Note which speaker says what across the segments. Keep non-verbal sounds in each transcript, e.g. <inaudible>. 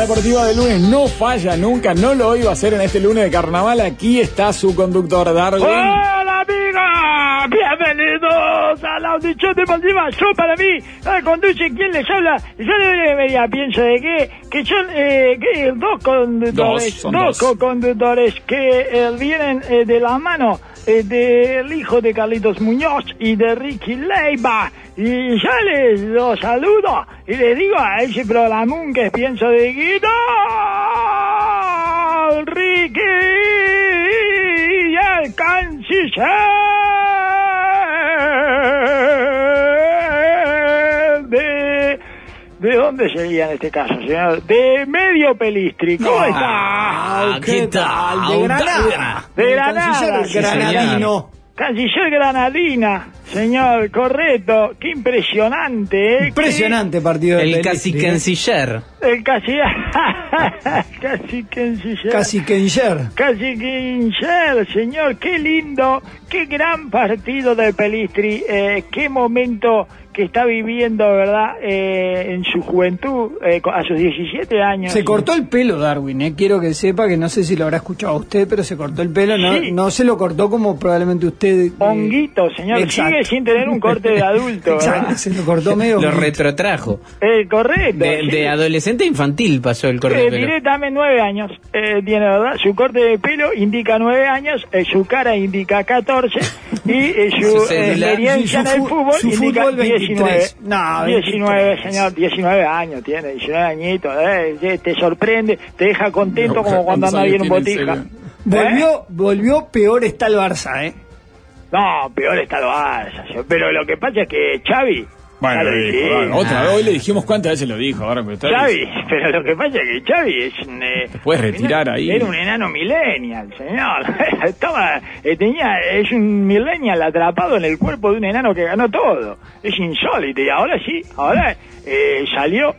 Speaker 1: deportiva de lunes no falla nunca, no lo iba a hacer en este lunes de carnaval. Aquí está su conductor, Darwin.
Speaker 2: ¡Hola, amigos! Bienvenidos a la audición de Maldivas. Yo, para mí, eh, conduce quien les habla. Yo debería, pienso de que, que son eh, que dos
Speaker 1: Dos,
Speaker 2: conductores,
Speaker 1: son dos.
Speaker 2: co-conductores que eh, vienen eh, de la mano eh, del hijo de Carlitos Muñoz y de Ricky Leiva. Y yo les los saludo y les digo a ese programón que pienso de que ¡No! Ricky y el canciller de... ¿De dónde sería en este caso, señor? De medio pelistri. ¿Cómo
Speaker 3: Ah.
Speaker 2: está?
Speaker 3: ¿Qué tal?
Speaker 1: De Granada.
Speaker 2: De Granada.
Speaker 3: Sí, señor.
Speaker 4: Granadino.
Speaker 2: Canciller Granadina, señor, correcto. Qué impresionante, ¿eh?
Speaker 4: Impresionante partido
Speaker 3: El
Speaker 4: del
Speaker 3: casi
Speaker 4: Leipzig, ¿eh?
Speaker 3: canciller.
Speaker 2: El casi... <laughs> casi canciller.
Speaker 4: Casi Kenyer.
Speaker 2: Casi Guinchel, señor, qué lindo, qué gran partido del Pelistri, eh, qué momento que está viviendo, ¿verdad? Eh, en su juventud, eh, co- a sus 17 años.
Speaker 4: Se cortó el pelo Darwin, eh. quiero que sepa que no sé si lo habrá escuchado usted, pero se cortó el pelo, no,
Speaker 2: Sí.
Speaker 4: no se lo cortó como probablemente usted... eh, <laughs>
Speaker 2: Honguito, señor,
Speaker 4: exacto.
Speaker 2: sigue sin tener un corte de
Speaker 4: <laughs>
Speaker 2: adulto, ¿verdad?
Speaker 4: Exacto, se lo cortó medio...
Speaker 3: Lo
Speaker 4: honguito.
Speaker 3: retrotrajo.
Speaker 2: Eh, correcto.
Speaker 3: De,
Speaker 2: sí.
Speaker 3: de adolescente a infantil pasó el corte de
Speaker 2: Eh,
Speaker 3: pelo.
Speaker 2: directamente nueve años eh, tiene, ¿verdad? Su corte de pelo indica nueve años, eh, su cara indica
Speaker 4: <laughs>
Speaker 2: 14 y eh,
Speaker 3: Su
Speaker 2: su eh,
Speaker 3: celular.
Speaker 2: experiencia
Speaker 4: Sí, su
Speaker 2: en el
Speaker 4: fu-
Speaker 2: fútbol
Speaker 4: su
Speaker 2: indica
Speaker 4: fútbol
Speaker 2: 19.
Speaker 4: 23. No,
Speaker 2: 19,
Speaker 4: 23.
Speaker 2: señor, 19 años tiene, 19 añitos. eh, eh, te sorprende, te deja contento
Speaker 1: No,
Speaker 2: como cuando
Speaker 1: ¿cuántos
Speaker 2: anda bien un
Speaker 1: años tiene
Speaker 2: botija.
Speaker 1: el
Speaker 2: ¿Eh?
Speaker 4: Volvió, volvió, peor está el Barça, ¿eh?
Speaker 2: No, peor está el Barça, señor. Pero lo que pasa es que Xavi... ya
Speaker 1: Bueno,
Speaker 2: lo
Speaker 1: dijo,
Speaker 2: dije.
Speaker 1: bueno, otra
Speaker 4: Ah.
Speaker 1: vez, hoy le dijimos cuántas veces lo dijo. Ahora que está-
Speaker 2: Xavi, pero lo que pasa es que Xavi es un... eh,
Speaker 1: Te puedes retirar ahí.
Speaker 2: Era un enano millennial, señor. <laughs> Estaba, eh, tenía, es un millennial atrapado en el cuerpo de un enano que ganó todo. Es insólito. Y ahora sí, ahora eh, salió...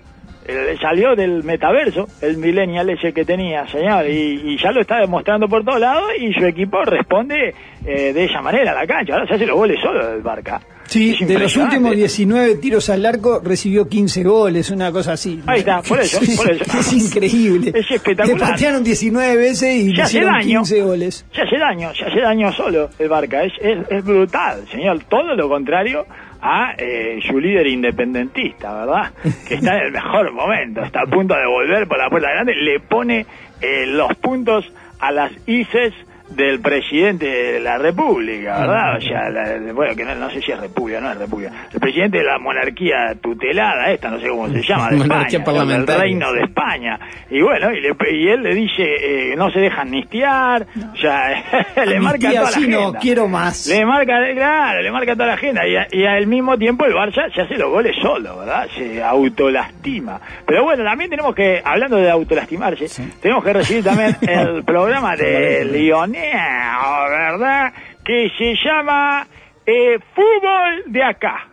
Speaker 2: eh, Salió del metaverso el millennial ese que tenía, señor, y, y ya lo está demostrando por todos lados y su equipo responde eh, de esa manera a la cancha. Ahora se hace los goles solo del Barca.
Speaker 4: Sí,
Speaker 2: Es
Speaker 4: de los
Speaker 2: impresionante. ¿eh?
Speaker 4: últimos 19 tiros al arco recibió 15 goles, una cosa así.
Speaker 2: Ahí está, por
Speaker 4: <laughs>
Speaker 2: eso, por eso.
Speaker 4: Es increíble.
Speaker 2: Es espectacular.
Speaker 4: Le patearon 19 veces y
Speaker 2: Se
Speaker 4: le
Speaker 2: hace
Speaker 4: hicieron
Speaker 2: daño.
Speaker 4: 15 goles.
Speaker 2: Se hace daño, se hace daño solo el Barca. Es, es, es brutal, señor. Todo lo contrario a eh, su líder independentista, ¿verdad? Que está en el mejor momento, está a punto de volver por la puerta grande. Le pone eh, los puntos a las ICES del presidente de la República, ¿verdad? O sea, la- la- bueno, que no, no sé si es República, no es República. El presidente de la monarquía tutelada, esta, no sé cómo se llama, de
Speaker 3: Monarquía
Speaker 2: España,
Speaker 3: parlamentaria.
Speaker 2: del reino de España. Y bueno, y, le- y él le dice, eh, no se deja amnistiar, ya <laughs> le marca
Speaker 4: Amnistía
Speaker 2: toda la
Speaker 4: sí, no,
Speaker 2: agenda.
Speaker 4: quiero más.
Speaker 2: Le marca, claro, le marca toda la agenda. Y, a- y al mismo tiempo el Barça se hace los goles solo, ¿verdad? Se autolastima. Pero bueno, también tenemos que, hablando de autolastimarse, tenemos que recibir también
Speaker 4: <laughs>
Speaker 2: el programa de Lionel, ¿verdad? Que se llama eh, Fútbol de Acá.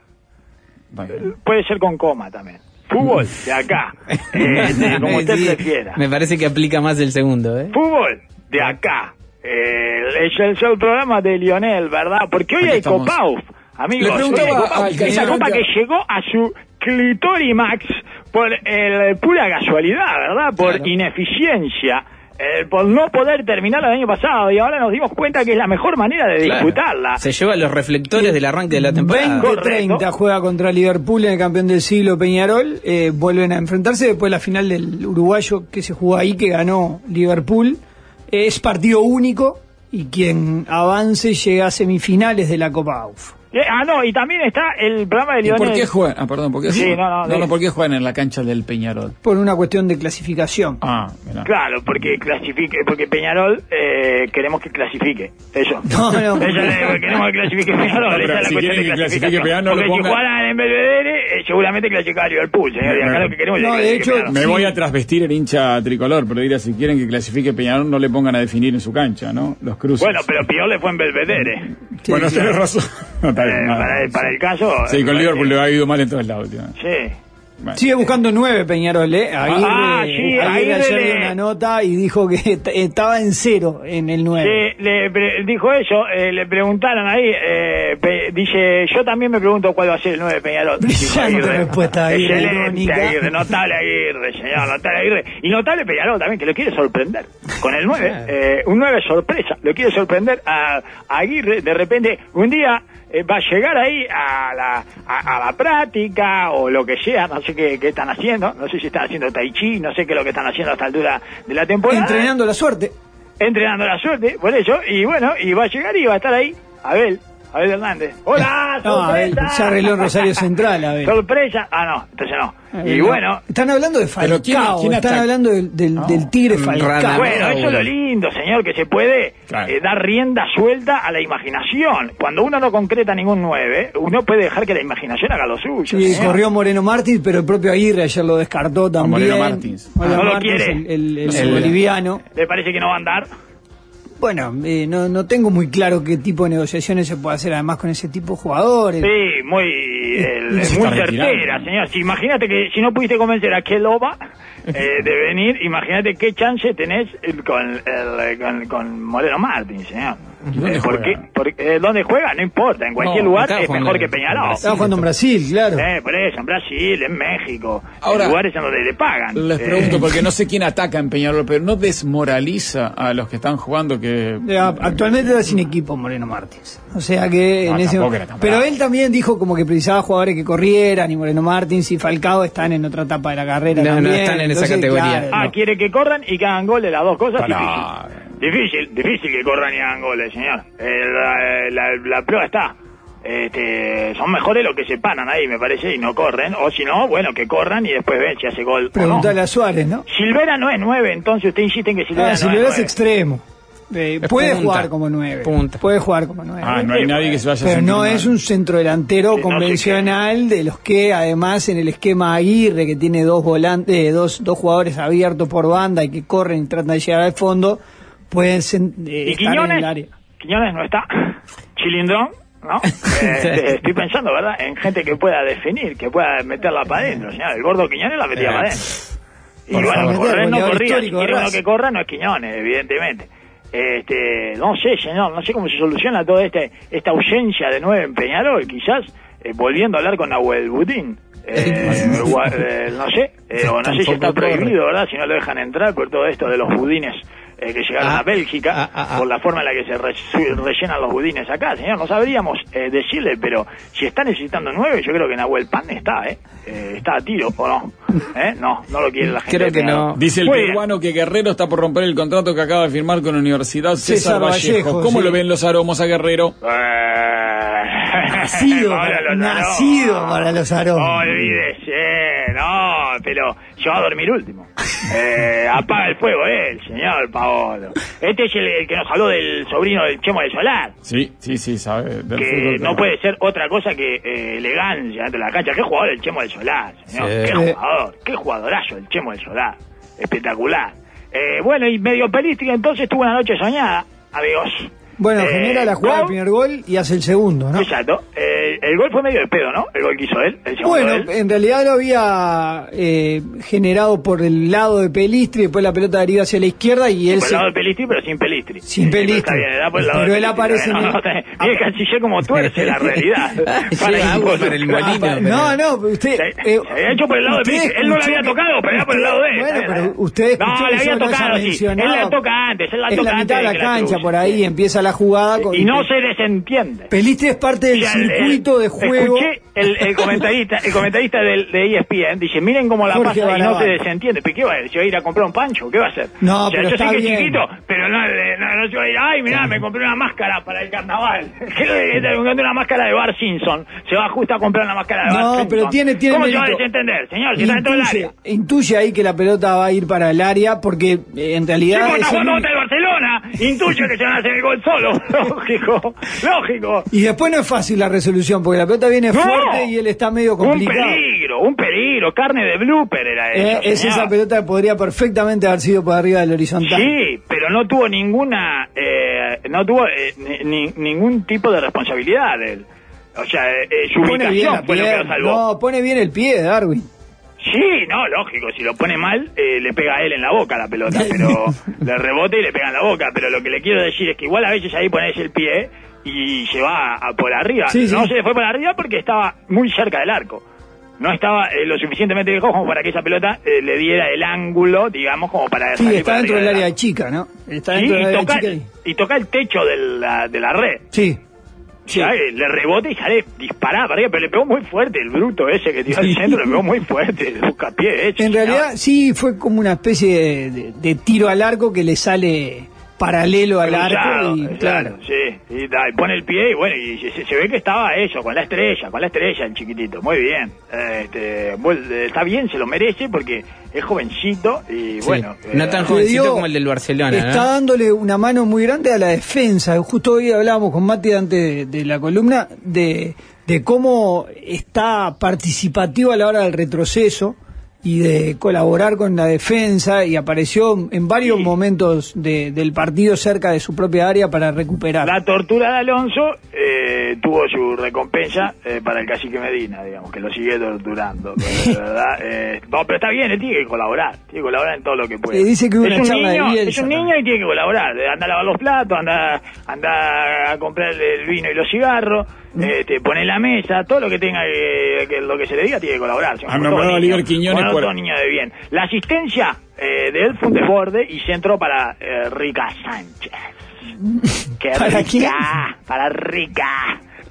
Speaker 1: Bueno,
Speaker 2: Puede ser con coma también. Fútbol
Speaker 1: <laughs>
Speaker 2: de Acá. Eh,
Speaker 3: <laughs>
Speaker 2: de- como usted
Speaker 3: Sí,
Speaker 2: prefiera.
Speaker 3: Me parece que aplica más el segundo, ¿eh?
Speaker 2: Fútbol de acá. Eh, es el show programa de Lionel, ¿verdad? Porque hoy
Speaker 1: Aquí
Speaker 2: hay
Speaker 1: estamos.
Speaker 2: Copauf, amigos.
Speaker 1: Le preguntaba
Speaker 2: Hoy hay Copauf.
Speaker 1: al
Speaker 2: Esa
Speaker 1: canciller
Speaker 2: copa que
Speaker 1: Santiago.
Speaker 2: llegó a su clitorimax por eh, pura casualidad, ¿verdad? Por
Speaker 3: Claro.
Speaker 2: ineficiencia. eh, por no poder terminarla el año pasado y ahora nos dimos cuenta que es la mejor manera de
Speaker 3: Claro.
Speaker 2: disputarla.
Speaker 3: Se lleva los reflectores del arranque de la temporada.
Speaker 2: Vengo.
Speaker 4: 20-30
Speaker 2: Correcto.
Speaker 4: juega contra Liverpool en el campeón del siglo Peñarol. eh, vuelven a enfrentarse después de la final del uruguayo que se jugó ahí, que ganó Liverpool. Eh, Es partido único y quien avance llega a semifinales de la Copa AUF.
Speaker 2: Eh, ah, no, y también está el programa de
Speaker 1: ¿Y
Speaker 2: Lionel.
Speaker 1: por qué juegan? Ah, perdón, ¿por qué
Speaker 2: Sí,
Speaker 1: juegan?
Speaker 2: no, no,
Speaker 1: no,
Speaker 2: de-
Speaker 1: ¿por qué juegan en la cancha del Peñarol?
Speaker 4: Por una cuestión de clasificación.
Speaker 1: Ah, mirá.
Speaker 2: Claro, porque clasifique, porque Peñarol eh, queremos que clasifique, eso.
Speaker 4: No, no.
Speaker 2: <laughs> Eso es, queremos que clasifique Peñarol,
Speaker 1: No, pero
Speaker 2: esa es la
Speaker 1: si
Speaker 2: cuestión
Speaker 1: quieren
Speaker 2: de
Speaker 1: que clasifique
Speaker 2: clasificación.
Speaker 1: Peñarol, no lo
Speaker 2: Porque
Speaker 1: pongan.
Speaker 2: si jugaran en Belvedere, eh, seguramente clasificaba Liverpool, señor, y acá lo que queremos
Speaker 4: No,
Speaker 2: es que
Speaker 4: de
Speaker 2: clasifique
Speaker 4: hecho,
Speaker 2: Peñarol.
Speaker 1: Me
Speaker 4: Sí.
Speaker 1: voy a trasvestir el hincha tricolor, pero dirá, si quieren que clasifique Peñarol, no le pongan a definir en su cancha, ¿no? Los cruces.
Speaker 2: Bueno, pero Peor le fue en Belvedere.
Speaker 4: Sí,
Speaker 1: bueno,
Speaker 4: claro.
Speaker 1: tenés razón. <laughs> No, está
Speaker 2: Eh,
Speaker 1: bien, nada,
Speaker 2: para, el,
Speaker 1: sí.
Speaker 2: para el caso...
Speaker 1: Sí,
Speaker 2: eh,
Speaker 1: con Liverpool le ha ido mal en todos lados. tío.
Speaker 2: Sí.
Speaker 1: Bueno.
Speaker 4: Sigue buscando nueve Peñarol, ¿eh? Aguirre,
Speaker 2: Ah, sí,
Speaker 4: Aguirre ayer
Speaker 2: Aguirre
Speaker 4: dio
Speaker 2: le-
Speaker 4: una nota y dijo que <laughs> est- estaba en cero en el nueve.
Speaker 2: Le, le pre- dijo eso, eh, le preguntaron ahí, eh, pe- dice, yo también me pregunto cuál va a ser el 9 de
Speaker 4: <laughs>
Speaker 2: Peñarol. Dijo
Speaker 4: Brillante
Speaker 2: Aguirre.
Speaker 4: respuesta, Aguirre,
Speaker 2: Excelente,
Speaker 4: irónica.
Speaker 2: Aguirre, notable Aguirre, señor, notable Aguirre. Y notable Peñarol también, que lo quiere sorprender. Con el 9, eh, un 9 sorpresa, lo quiere sorprender a, a Aguirre. De repente, un día eh, va a llegar ahí a la, a, a la práctica o lo que sea, no sé qué, qué están haciendo, no sé si están haciendo tai chi, no sé qué es lo que están haciendo a esta altura de la temporada
Speaker 4: Entrenando la suerte.
Speaker 2: entrenando la suerte, por eso, y bueno, y va a llegar y va a estar ahí Abel, Abel Hernández. ¡Hola!
Speaker 4: <laughs> No,
Speaker 2: ¡Sorpresa!
Speaker 4: Abel, ya Ah, arregló en Rosario Central,
Speaker 2: <laughs>
Speaker 4: Abel.
Speaker 2: ¡Sorpresa! Ah, no, entonces <laughs> no. Y bueno,
Speaker 4: Están hablando de
Speaker 1: Pero
Speaker 4: Falcao,
Speaker 1: ¿quién- quién
Speaker 4: están
Speaker 1: ataca?
Speaker 4: hablando del, del, del Tigre Falcao.
Speaker 3: Radamel.
Speaker 2: bueno, eso es lo lindo, señor, que se puede
Speaker 1: Claro.
Speaker 2: eh, dar rienda suelta a la imaginación. Cuando uno no concreta ningún 9, uno puede dejar que la imaginación haga lo suyo.
Speaker 4: Y
Speaker 2: señor.
Speaker 4: corrió Moreno Martins, pero el propio Aguirre ayer lo descartó también.
Speaker 1: Moreno Martins.
Speaker 4: Moreno
Speaker 2: No lo
Speaker 4: Martins,
Speaker 2: quiere.
Speaker 4: el, el- el
Speaker 1: El-
Speaker 4: boliviano.
Speaker 2: ¿Le parece que no va a andar?
Speaker 4: Bueno, eh, no, no tengo muy claro qué tipo de negociaciones se puede hacer además con ese tipo de jugadores.
Speaker 2: Sí, muy, el-
Speaker 1: Se
Speaker 2: muy
Speaker 1: está retirando.
Speaker 2: certera, señor. Si imagínate que si no pudiste convencer a Keloba eh, de venir, imagínate qué chance tenés eh, con, el- con, con Moreno Martín, señor.
Speaker 1: dónde
Speaker 2: Eh, porque-
Speaker 1: juega?
Speaker 2: porque, eh, ¿Dónde juega? No importa, en cualquier
Speaker 3: No,
Speaker 2: lugar
Speaker 3: acá
Speaker 2: es
Speaker 3: juega
Speaker 2: mejor
Speaker 3: en-
Speaker 2: que Peñarol.
Speaker 3: en
Speaker 4: Estaba jugando en Brasil, claro.
Speaker 2: Eh, por eso, en Brasil, en México,
Speaker 1: Ahora,
Speaker 2: en lugares en donde le pagan.
Speaker 1: Les
Speaker 2: Eh,
Speaker 1: pregunto, porque no
Speaker 2: <laughs>
Speaker 1: sé quién ataca en Peñarol, pero no desmoraliza a los que están jugando que...
Speaker 4: Eh, a- Actualmente está sin equipo Moreno Martins. O sea que
Speaker 1: No,
Speaker 4: en ese
Speaker 1: tampoco era tan
Speaker 4: Pero
Speaker 1: bravo.
Speaker 4: él también dijo como que precisaba jugadores que corrieran y Moreno Martins y Falcao están en otra etapa de la carrera.
Speaker 3: No, no
Speaker 4: también.
Speaker 3: están en esa categoría.
Speaker 4: claro,
Speaker 2: ah,
Speaker 4: no.
Speaker 2: quiere que corran y que hagan goles las dos cosas.
Speaker 1: Pará.
Speaker 2: Difícil, difícil que corran y hagan goles, señor. Eh, la, la- la prueba está. Este, son mejores los que se paran ahí, me parece, y no corren. O si no, bueno, que corran y después ven si hace gol. o no.
Speaker 4: Preguntale a Suárez, ¿no?
Speaker 2: Silvera no es nueve, entonces usted insiste en que Silvera
Speaker 4: Ah,
Speaker 2: no
Speaker 4: si
Speaker 2: es
Speaker 4: lo eres
Speaker 2: nueve.
Speaker 4: extremo. Eh,
Speaker 3: Es
Speaker 4: puede
Speaker 3: punta.
Speaker 4: jugar como nueve.
Speaker 3: Punta.
Speaker 4: Puede jugar como nueve.
Speaker 1: Ah, no hay nadie que se vaya a
Speaker 4: Pero
Speaker 1: sentir
Speaker 4: no
Speaker 1: mal.
Speaker 4: es un centrodelantero
Speaker 2: Sí, no sé
Speaker 4: convencional de los que además en el esquema Aguirre que tiene dos volantes, eh, dos, dos jugadores abiertos por banda y que corren y tratan de llegar al fondo, pueden sen- eh,
Speaker 2: ¿Y
Speaker 4: estar en el
Speaker 2: Quiñones?
Speaker 4: área.
Speaker 2: Quiñones no está. Chilindrón,
Speaker 4: <laughs>
Speaker 2: ¿no? Eh, estoy pensando, ¿verdad? En gente que pueda definir, que pueda meterla para adentro, señor. El gordo Quiñones la metía
Speaker 3: Eh,
Speaker 2: para adentro. Y
Speaker 4: por
Speaker 2: bueno,
Speaker 4: favor.
Speaker 2: Correa no
Speaker 4: Goleador
Speaker 2: corría. Si
Speaker 4: histórico de
Speaker 2: quiere uno
Speaker 4: Racing.
Speaker 2: que corra, no es Quiñones, evidentemente. Este, no sé, señor, no sé cómo se soluciona toda este, esta ausencia de nueve en Peñarol. Quizás eh, volviendo a hablar con Nahuel Butín. Eh,
Speaker 4: <laughs>
Speaker 2: gua- eh, no sé, eh, o no sé si está
Speaker 3: Tampoco corre.
Speaker 2: prohibido, ¿verdad? Si no lo dejan entrar por todo esto de los budines eh, que llegaron
Speaker 3: Ah,
Speaker 2: a Bélgica,
Speaker 3: ah, ah, ah.
Speaker 2: por la forma en la que se re- su- rellenan los budines acá, señor. No sabríamos eh, decirle, pero si está necesitando nueve, yo creo que Nahuel Pan está, ¿eh? Eh, está a tiro, ¿o no? ¿Eh? No, no lo quiere la gente.
Speaker 3: Creo
Speaker 2: de
Speaker 3: que
Speaker 2: Peñarol.
Speaker 3: no.
Speaker 1: Dice el
Speaker 2: Muy bien.
Speaker 1: peruano que Guerrero está por romper el contrato que acaba de firmar con Universidad César,
Speaker 4: César
Speaker 1: Vallejo.
Speaker 4: Vallejo,
Speaker 1: ¿Cómo
Speaker 4: sí.
Speaker 1: lo ven los aromos a Guerrero?
Speaker 2: Eh, <laughs>
Speaker 4: Nacido,
Speaker 2: Pablo
Speaker 4: para-
Speaker 2: Lozano.
Speaker 4: nacido para los aromas.
Speaker 2: Olvídese, no, pero yo voy a dormir último. Eh, apaga el fuego él, señor Paolo. Este es el, el que nos habló del sobrino del Chemo de Solar.
Speaker 1: Sí, sí, sí, sabe. del
Speaker 2: que
Speaker 1: fútbol,
Speaker 2: no
Speaker 1: pero-
Speaker 2: puede ser otra cosa que eh, elegancia ante la cancha. Qué jugador el Chemo del Solar, señor.
Speaker 3: Sí.
Speaker 2: Qué jugador, qué jugadorazo el Chemo del Solar. Espectacular. Eh, bueno, y medio pelística, entonces tuvo una noche soñada, amigos.
Speaker 4: Bueno,
Speaker 2: Eh,
Speaker 4: genera la jugada del
Speaker 2: gol,
Speaker 4: primer gol y hace el segundo, ¿no?
Speaker 2: Exacto. Eh, el gol fue medio de pedo, ¿no? El gol que hizo él. El segundo de él.
Speaker 4: Bueno, eh, en realidad lo había eh, generado por el lado de Pelistri, después la pelota deriva hacia la izquierda y él
Speaker 2: por el
Speaker 4: se
Speaker 2: lado de Pelistri, pero sin Pelistri.
Speaker 4: Sin
Speaker 2: Sí, pero
Speaker 4: Pelistri.
Speaker 2: está bien, era por el lado
Speaker 4: Pero
Speaker 2: de
Speaker 4: él
Speaker 2: Pelistri,
Speaker 4: aparece
Speaker 2: no,
Speaker 4: en el-
Speaker 2: no, no, <laughs> y el canciller como tuerce
Speaker 4: <laughs>
Speaker 2: la realidad.
Speaker 3: Lleva agua
Speaker 2: <laughs>
Speaker 3: para el
Speaker 2: involucrar.
Speaker 3: molino.
Speaker 4: No, no, pero usted.
Speaker 2: Se, se había hecho por el lado de
Speaker 4: Eh, usted
Speaker 2: Messi. Él no la había
Speaker 4: escuchó que-
Speaker 2: tocado, pero era por el lado de él.
Speaker 4: Bueno, pero usted escuchó
Speaker 2: No,
Speaker 4: que
Speaker 2: le había
Speaker 4: yo lo haya
Speaker 2: tocado, sí. Él la
Speaker 4: mencionado.
Speaker 2: toca antes, él la
Speaker 4: Es
Speaker 2: toca
Speaker 4: la mitad
Speaker 2: antes
Speaker 4: de la
Speaker 2: que la
Speaker 4: cancha,
Speaker 2: cruce.
Speaker 4: por ahí empieza la jugada. con-
Speaker 2: Y no se desentiende.
Speaker 4: Pelistri es parte
Speaker 2: O
Speaker 4: del
Speaker 2: sea, el- el-
Speaker 4: circuito de juego.
Speaker 2: eh, Escuché el, el comentarista, el comentarista del, de E ESPN, dice, miren cómo la
Speaker 4: Jorge
Speaker 2: pasa y no
Speaker 4: Barabán.
Speaker 2: se desentiende. ¿Pero qué va a hacer? ¿Se va a ir a comprar un pancho? ¿Qué va a hacer?
Speaker 4: No,
Speaker 2: O sea,
Speaker 4: pero
Speaker 2: yo
Speaker 4: está
Speaker 2: sé que
Speaker 4: bien.
Speaker 2: es chiquito, pero no, le- no, no se va a ir, ay, mirá, me compré una máscara para el carnaval. <laughs> ¿Qué le- me compré una máscara de Bar Simpson. Se va justo a comprar una máscara de Bar
Speaker 4: No,
Speaker 2: Simpson.
Speaker 4: pero tiene- tiene
Speaker 2: ¿Cómo se va a
Speaker 4: mérito.
Speaker 2: desentender, señor? Si está dentro del área.
Speaker 4: Intuye, intuye ahí que la pelota va a ir para el área porque eh, en
Speaker 2: Sí,
Speaker 4: realidad.
Speaker 2: porque está
Speaker 4: es el
Speaker 2: jugando
Speaker 4: único-
Speaker 2: contra el
Speaker 4: <laughs>
Speaker 2: Barcelona. Intuyo que se van a hacer el gol solo. <laughs> Lógico, lógico.
Speaker 4: Y después no es fácil la resolución porque la pelota viene
Speaker 2: ¡No!
Speaker 4: fuerte y él está medio complicado.
Speaker 2: Un peligro, un peligro. Carne de blooper era
Speaker 4: Eh,
Speaker 2: eso.
Speaker 4: es
Speaker 2: señor.
Speaker 4: esa pelota que podría perfectamente haber sido por arriba del horizontal.
Speaker 2: Sí, pero no tuvo ninguna, eh, no tuvo eh, ni- ni- ningún tipo de responsabilidad él. O sea, eh, eh, su
Speaker 4: Pone bien
Speaker 2: ubicación
Speaker 4: la
Speaker 2: fue lo que lo
Speaker 4: pierna.
Speaker 2: salvó.
Speaker 4: No, pone bien el pie de Darwin.
Speaker 2: Sí, no, lógico, si lo pone mal, eh, le pega a él en la boca la pelota,
Speaker 4: <laughs>
Speaker 2: pero le rebota y le pega en la boca, pero lo que le quiero decir es que igual a veces ahí ponés el pie y se va a, a por arriba.
Speaker 4: Sí, sí.
Speaker 2: No se le fue por arriba porque estaba muy cerca del arco. No estaba eh, lo suficientemente lejos como para que esa pelota eh, le diera el ángulo, digamos, como para...
Speaker 4: Sí,
Speaker 2: salir
Speaker 4: está
Speaker 2: por
Speaker 4: dentro
Speaker 2: arriba
Speaker 4: del área
Speaker 2: arco.
Speaker 4: chica, ¿no? Está
Speaker 2: Sí,
Speaker 4: dentro del
Speaker 2: y,
Speaker 4: área
Speaker 2: toca,
Speaker 4: chica. y-
Speaker 2: y toca el techo de la, de la red.
Speaker 4: Sí.
Speaker 2: Sí. ¿sabe? Le rebota y sale disparada para arriba, pero le pegó muy fuerte el bruto ese que tiró al centro, le pegó muy fuerte, el buscapié eh, ese.
Speaker 4: En realidad sí fue como una especie de, de- de tiro al arco que le sale paralelo al arco
Speaker 2: Cruzado,
Speaker 4: y
Speaker 2: exacto,
Speaker 4: claro.
Speaker 2: Sí, y, da, y pone el pie y bueno, y se, se- se ve que estaba eso, con la estrella, con la estrella el chiquitito, muy bien. Eh, Este, bueno, eh, está bien, se lo merece porque es jovencito y
Speaker 3: Sí.
Speaker 2: bueno.
Speaker 3: No
Speaker 2: eh,
Speaker 3: tan
Speaker 4: Le
Speaker 3: jovencito
Speaker 4: dio-
Speaker 3: como el del Barcelona,
Speaker 4: Está
Speaker 3: ¿no?
Speaker 4: dándole una mano muy grande a la defensa. Justo hoy hablábamos con Mati antes de, de la columna de, de cómo está participativo a la hora del retroceso y de colaborar con la defensa y apareció en varios momentos de- del partido cerca de su propia área para recuperar.
Speaker 2: La tortura de Alonso eh, tuvo su recompensa eh, para el cacique Medina, digamos, que lo sigue
Speaker 4: <laughs>
Speaker 2: torturando. pero, la verdad, eh, no, pero está bien, él tiene que colaborar, tiene que colaborar en todo lo que puede.
Speaker 4: Le dice que hubo
Speaker 2: es
Speaker 4: una
Speaker 2: un
Speaker 4: charla de
Speaker 2: niño,
Speaker 4: Bielsa
Speaker 2: Es un
Speaker 4: también.
Speaker 2: niño y tiene que colaborar. eh, Anda a lavar los platos, anda, anda a comprar el vino y los cigarros,
Speaker 4: Mm.
Speaker 2: eh, te pone en la mesa, todo lo que tenga que, que lo que se le diga tiene que colaborar.
Speaker 1: Han nombrado a Oliver Quiñones
Speaker 2: por...
Speaker 1: por-
Speaker 2: niño de bien. La asistencia eh, de él fue un desborde y centro para eh, Rica Sánchez. ¡Qué
Speaker 4: ¿Para
Speaker 2: rica!
Speaker 4: quién?
Speaker 2: Para rica.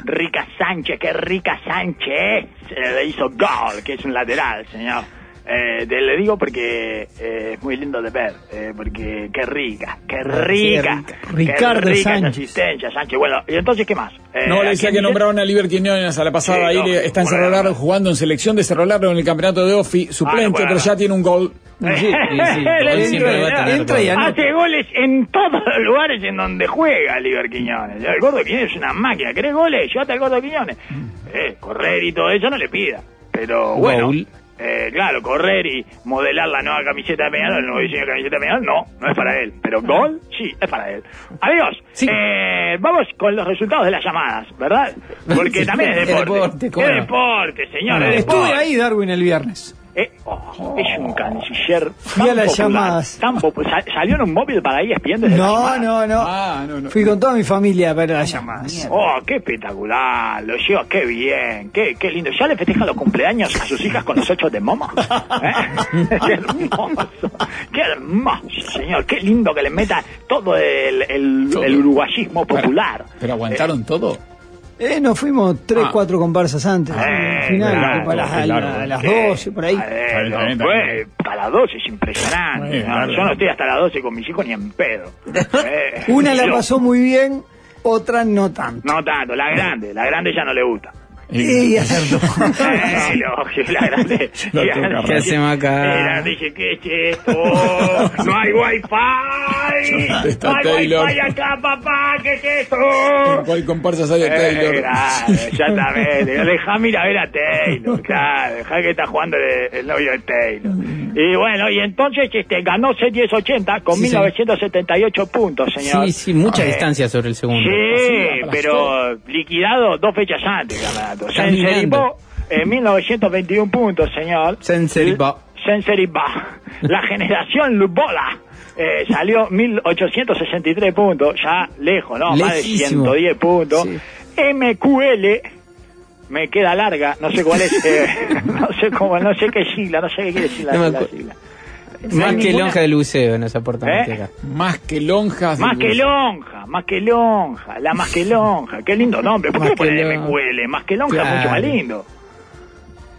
Speaker 2: Rica Sánchez, qué rica Sánchez. Se le hizo gol, que es un lateral, señor. Eh, te le digo porque eh, es muy lindo de ver, eh, porque qué rica, qué rica.
Speaker 4: Ah, rica.
Speaker 2: qué
Speaker 4: Ricardo
Speaker 2: rica esa
Speaker 4: Sánchez.
Speaker 2: asistencia, Sánchez. Bueno, ¿y entonces qué más? Eh,
Speaker 1: No, le
Speaker 2: ¿a
Speaker 1: decía que
Speaker 2: quién dice?
Speaker 1: nombraron a Liber Quiñones a la pasada. ahí
Speaker 2: Sí, no,
Speaker 1: le- está en
Speaker 2: bueno,
Speaker 1: Cerro Largo
Speaker 2: bueno.
Speaker 1: jugando en selección de Cerro Largo en el campeonato de
Speaker 2: Ah,
Speaker 1: Ofi. Suplente,
Speaker 2: bueno.
Speaker 1: pero ya tiene un gol.
Speaker 2: <laughs>
Speaker 4: <laughs>
Speaker 3: Sí, sí, sí,
Speaker 2: Le
Speaker 3: gol
Speaker 2: digo,
Speaker 3: siempre va a tener,
Speaker 4: entra y
Speaker 3: gol.
Speaker 4: anota.
Speaker 2: Hace goles en todos <laughs> los lugares en donde juega Oliver Quiñones. El Gordo Quiñones es una máquina. ¿Querés goles? Llévate al Gordo Quiñones.
Speaker 3: Mm.
Speaker 2: Eh, correr y todo eso no le pida. Pero bueno.
Speaker 3: Gol.
Speaker 2: eh, claro, correr y modelar la nueva camiseta de Peñarol, el nuevo diseño de camiseta de Peñarol, no, no es para él. Pero gol, sí, es para él. Amigos,
Speaker 3: Mm. Sí.
Speaker 2: eh, vamos con los resultados de las llamadas,
Speaker 3: <laughs>
Speaker 2: ¿verdad? Porque
Speaker 3: Sí,
Speaker 2: también es
Speaker 3: es
Speaker 2: deporte.
Speaker 3: deporte, ¿cómo
Speaker 2: Es
Speaker 3: no?
Speaker 2: deporte, señor,
Speaker 3: No,
Speaker 2: es
Speaker 4: Estuve
Speaker 2: deporte.
Speaker 4: ahí Darwin el viernes.
Speaker 2: Eh, oh, es un canciller.
Speaker 4: Fui a las llamadas.
Speaker 2: tan popu- sal- salió en un móvil para ahí espiando desde las
Speaker 4: No,
Speaker 2: llamadas.
Speaker 4: no, no.
Speaker 1: Ah, no, no.
Speaker 4: Fui con toda mi familia para las llamadas.
Speaker 2: Oh, qué espectacular, lo lleva, qué bien, qué, qué lindo. ¿Ya le festejan los cumpleaños a sus hijas con los ocho de
Speaker 4: <laughs>
Speaker 2: momo? ¿Eh? qué hermoso, qué hermoso, señor, qué lindo que le meta todo el, el-
Speaker 1: Todo.
Speaker 2: el uruguayismo popular.
Speaker 1: Pero aguantaron todo.
Speaker 4: Eh, nos fuimos tres,
Speaker 1: Ah.
Speaker 4: cuatro comparsas antes.
Speaker 2: Eh,
Speaker 4: al final,
Speaker 2: claro,
Speaker 4: tipo a las,
Speaker 1: es largo.
Speaker 4: a las
Speaker 2: Eh,
Speaker 4: 12, por ahí.
Speaker 2: eh,
Speaker 1: Está bien, está bien, está
Speaker 2: fue
Speaker 1: bien.
Speaker 2: hasta las 12 es impresionante.
Speaker 1: Muy bien,
Speaker 2: ¿no?
Speaker 1: dale.
Speaker 2: Yo no estoy hasta las 12 con mis hijos ni en pedo.
Speaker 4: <laughs>
Speaker 2: Eh,
Speaker 4: Una la
Speaker 2: yo-
Speaker 4: pasó muy bien, otra no tanto.
Speaker 2: No tanto, la grande, la grande ya no eh, le
Speaker 4: <laughs>
Speaker 2: gusta.
Speaker 4: Y acertó.
Speaker 2: Eh, lógico,
Speaker 1: <laughs>
Speaker 2: la grande.
Speaker 1: Lo
Speaker 2: la grande-
Speaker 1: toca, ¿Qué
Speaker 3: hacemos acá?
Speaker 2: Eh, La grande dice, ¿qué es esto? ¡No hay
Speaker 1: <laughs>
Speaker 2: wifi!
Speaker 1: Está
Speaker 2: ¡No hay
Speaker 1: Taylor.
Speaker 2: wifi acá, papá! ¿Qué es esto?
Speaker 1: <laughs> ¿En cuál comparsa sale
Speaker 2: Eh,
Speaker 1: Taylor?
Speaker 2: claro, exactamente. Dejá ir a ver a Taylor, claro. Dejá que está jugando el, el novio de Taylor. Y bueno, y entonces este, ganó 1080 con
Speaker 3: Sí, señor.
Speaker 2: 1978 puntos, señor.
Speaker 3: Sí, sí, mucha
Speaker 2: Eh,
Speaker 3: distancia sobre el segundo.
Speaker 2: Sí, pero liquidado dos fechas antes, campeonato.
Speaker 3: Caminando.
Speaker 2: Senseripó en 1921 puntos, señor.
Speaker 3: Senseripó.
Speaker 2: Senseripá. La generación Lubola eh,
Speaker 3: <laughs>
Speaker 2: salió 1863 puntos, ya lejos, ¿no? Más de
Speaker 3: Lejísimo.
Speaker 2: 110 puntos.
Speaker 3: Sí.
Speaker 2: MQL. Me queda larga, no sé cuál es, eh, <laughs> no sé cómo, no sé qué sigla, no sé qué quiere decir la,
Speaker 3: No me
Speaker 2: la
Speaker 3: acu-
Speaker 2: sigla. No
Speaker 3: Más
Speaker 2: hay
Speaker 3: que
Speaker 2: ninguna-
Speaker 3: lonja de luceo nos aporta
Speaker 2: ¿Eh?
Speaker 3: Mati acá.
Speaker 1: Más que lonjas. de
Speaker 2: Más que
Speaker 1: luz.
Speaker 2: lonja, más que lonja, la más que lonja. Qué lindo nombre. ¿Por qué no ponen
Speaker 3: Masquelonja.
Speaker 2: MQL? Más que lonja es mucho
Speaker 3: Claro.
Speaker 2: más lindo.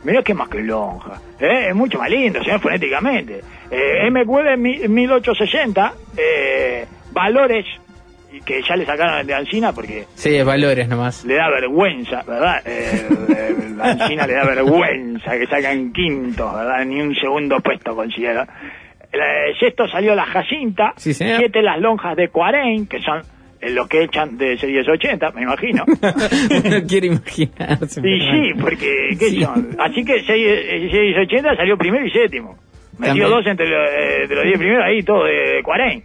Speaker 2: Mirá que más que lonja. ¿eh? Es mucho más lindo, señor, fonéticamente. Eh, MQL en mi- 1860, eh, valores y que ya le sacaron de Ancina porque
Speaker 3: Sí, es valores nomás.
Speaker 2: le da vergüenza, ¿verdad? Eh, eh, Ancina le da vergüenza que sacan quinto, ¿verdad? Ni un segundo puesto considera. Eh, sexto salió la Jacinta,
Speaker 3: Sí, señor.
Speaker 2: siete las lonjas de Cuarén, que son eh, los que echan de series 80, me
Speaker 3: <laughs>
Speaker 2: imagino.
Speaker 3: Uno quiere imaginarse.
Speaker 2: y
Speaker 3: pero
Speaker 2: sí, pues,
Speaker 3: bueno.
Speaker 2: porque, ¿qué
Speaker 3: Sí.
Speaker 2: son? Así que series, series 80 salió primero y séptimo. Metió
Speaker 3: También.
Speaker 2: dos entre lo- eh, de los diez primeros, ahí todo de Cuarén.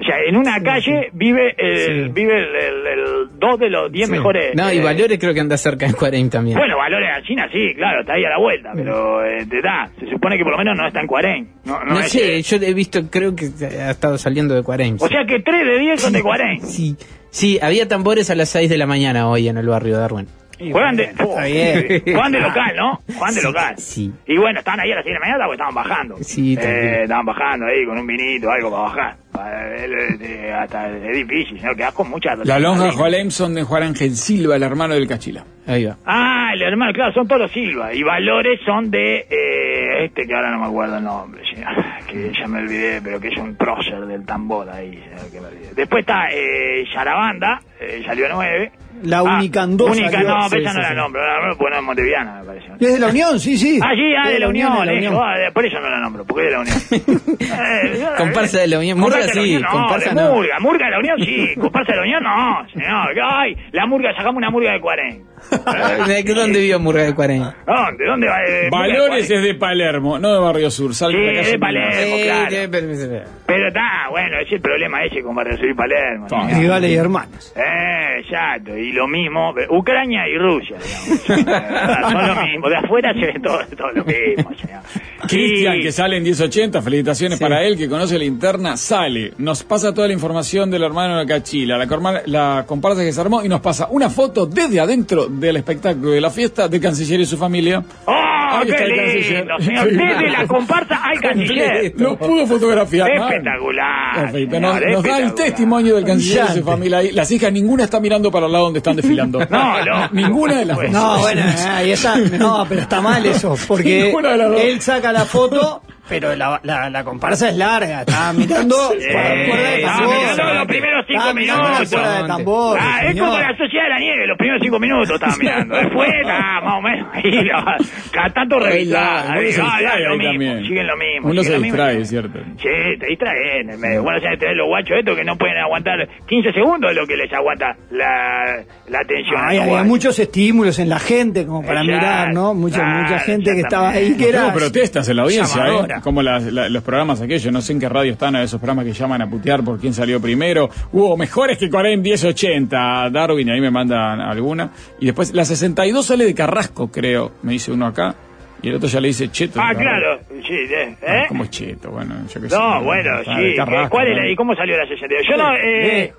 Speaker 2: O sea, en una calle vive el,
Speaker 3: Sí.
Speaker 2: vive el, el- el dos de los diez
Speaker 3: Sí.
Speaker 2: mejores.
Speaker 3: No, y
Speaker 2: eh,
Speaker 3: Valores creo que anda cerca de Cuareim también.
Speaker 2: Bueno, valores a China sí, claro, está ahí a la vuelta, pero eh, te da. Se supone que por lo menos no está en Cuarén. No, no
Speaker 3: no
Speaker 2: es-
Speaker 3: sé, yo he visto, creo que ha estado saliendo de Cuareim.
Speaker 2: O sea que tres de diez son de
Speaker 3: <laughs>
Speaker 2: Cuarén.
Speaker 3: Sí, sí, había tambores a las 6 de la mañana hoy en el barrio de Arwen.
Speaker 2: Juegan de,
Speaker 4: Está
Speaker 2: oh,
Speaker 4: bien.
Speaker 2: sí,
Speaker 3: <laughs>
Speaker 2: juegan de local, ¿no? Juegan de
Speaker 3: Sí,
Speaker 2: local.
Speaker 3: sí.
Speaker 2: Y bueno, estaban ahí a las 6 de la mañana porque estaban bajando.
Speaker 3: Sí, tranquilo.
Speaker 2: eh, estaban bajando ahí con un vinito, algo para bajar. Para- eh, eh, hasta es difícil, sino que vas con mucha...
Speaker 1: La lonja de Joalemson de Juan Ángel Silva, el hermano del Cachila.
Speaker 3: Ahí va.
Speaker 2: Ah, el hermano, claro, son todos Silva. Y valores son de eh, este que ahora no me acuerdo el nombre, ya, que ya me olvidé, pero que es un prócer del tambor ahí. ya, que me olvidé. Después está eh, Yarabanda, eh, salió nueve.
Speaker 4: La
Speaker 2: Ah,
Speaker 4: Unican dos
Speaker 2: Única,
Speaker 4: salió,
Speaker 2: no,
Speaker 4: sí,
Speaker 2: pero esa
Speaker 4: sí,
Speaker 2: no la
Speaker 4: sí. Eh,
Speaker 2: nombro, la nombro porque no es monteviana, me parece.
Speaker 4: Y es de la Unión, sí, sí.
Speaker 2: Ah, sí, ah,
Speaker 4: Es
Speaker 2: de la Unión,
Speaker 4: es de la
Speaker 2: eso,
Speaker 4: Unión.
Speaker 2: ah, de- por eso no la nombro, porque es de la
Speaker 3: <laughs>
Speaker 2: Unión. Eh,
Speaker 3: Comparsa de la Unión,
Speaker 2: comparsa
Speaker 3: Murga
Speaker 2: de la
Speaker 3: sí,
Speaker 2: Unión, no,
Speaker 3: comparsa
Speaker 2: de
Speaker 3: no.
Speaker 2: Murga, Murga de la Unión sí, comparsa de la Unión no, señor. Ay, la Murga, sacamos una Murga de 40.
Speaker 3: <laughs>
Speaker 2: Ah,
Speaker 3: ¿De qué- ¿Dónde vive Murga de Cuareim?
Speaker 2: ¿Dónde? ¿Dónde va? Eh, Murga de
Speaker 1: Valores
Speaker 2: 40.
Speaker 1: es de Palermo, no de Barrio Sur. Salta
Speaker 2: Sí,
Speaker 1: la calle
Speaker 2: de Palermo. claro.
Speaker 3: Eh, eh,
Speaker 2: Pero está, bueno, es el problema ese con Barrio Sur y Palermo.
Speaker 1: Ah.
Speaker 2: señor.
Speaker 4: Rivales y hermanos.
Speaker 2: Eh, exacto, y lo mismo, eh, Ucrania y Rusia, digamos. <laughs> Eh, son lo mismo, de afuera se ve todo, todo lo mismo, señor.
Speaker 1: Cristian,
Speaker 2: Y-
Speaker 1: que sale en 1080, felicitaciones
Speaker 3: Sí.
Speaker 1: para él, que conoce la interna, sale, nos pasa toda la información del hermano de Cachila, la, corma- la comparsa que se armó y nos pasa una foto desde adentro del espectáculo de la fiesta de Canciller y su familia.
Speaker 2: ¡Oh,
Speaker 1: Ahí está
Speaker 2: qué
Speaker 1: el canciller.
Speaker 2: lindo, señor! Desde la comparsa
Speaker 1: <laughs>
Speaker 2: al canciller.
Speaker 1: Lo pudo fotografiar. ¿no?
Speaker 2: Espectacular,
Speaker 1: Perfecto.
Speaker 2: señor,
Speaker 1: Nos, nos da el
Speaker 2: espectacular.
Speaker 1: testimonio del canciller y su
Speaker 4: Brillante.
Speaker 1: familia ahí. Las hijas, ninguna está mirando para el lado donde están desfilando.
Speaker 2: <laughs> No,
Speaker 1: <laughs>
Speaker 2: no.
Speaker 1: Ninguna de las
Speaker 2: Pues,
Speaker 1: dos.
Speaker 4: No, bueno, ah, y esa, no, pero está mal eso, porque
Speaker 1: Ninguna de las dos.
Speaker 4: él saca la foto, pero la, la, la comparsa es larga, está mirando
Speaker 2: Sí.
Speaker 4: por la cuerda de
Speaker 2: Estaba
Speaker 4: tambor.
Speaker 2: mirando los primeros cinco
Speaker 4: Está mirando
Speaker 2: minutos.
Speaker 4: la cuerda de tambor,
Speaker 2: Ah, es
Speaker 4: señor.
Speaker 2: como la sociedad de la nieve, los primeros cinco minutos estaba mirando. Después,
Speaker 1: <laughs>
Speaker 2: ah, más o menos, ahí la- cada tanto revisar.
Speaker 1: Uno se distrae
Speaker 2: lo
Speaker 1: ahí
Speaker 2: mismo,
Speaker 1: también.
Speaker 2: siguen lo mismo.
Speaker 1: Uno se
Speaker 2: siguen lo mismo.
Speaker 1: distrae, es cierto.
Speaker 2: Sí, te distrae en el medio. Bueno, ya tenés los guachos estos que no pueden aguantar 15 segundos de lo que les aguanta la, la atención.
Speaker 4: Ay,
Speaker 2: a los
Speaker 4: había
Speaker 2: guachos.
Speaker 4: muchos estímulos en la gente como para
Speaker 2: Exacto,
Speaker 4: mirar, ¿no? Mucha, mucha
Speaker 2: claro,
Speaker 4: gente que estaba ahí
Speaker 2: exactamente.
Speaker 4: que era este,
Speaker 1: Hubo protestas en la audiencia, ¿eh?
Speaker 4: llamadora.
Speaker 1: como las- la- los programas aquellos, no sé en qué radio están a esos programas que llaman a putear por quién salió primero. Hubo mejores que 40 1080, Darwin, ahí me mandan alguna. Y después, la 62 sale de Carrasco, creo, me dice uno acá. Y el otro ya le dice Cheto.
Speaker 2: Ah,
Speaker 1: de
Speaker 2: claro.
Speaker 1: Carrasco.
Speaker 2: Sí, eh,
Speaker 1: Ah,
Speaker 2: ¿eh?
Speaker 1: ¿Cómo es Cheto? Bueno, yo qué sé.
Speaker 2: No, bueno,
Speaker 1: Ah,
Speaker 2: sí.
Speaker 1: de Carrasco,
Speaker 2: ¿Cuál es
Speaker 1: ¿no?
Speaker 2: la, ¿Y cómo salió la 62? Yo no, eh,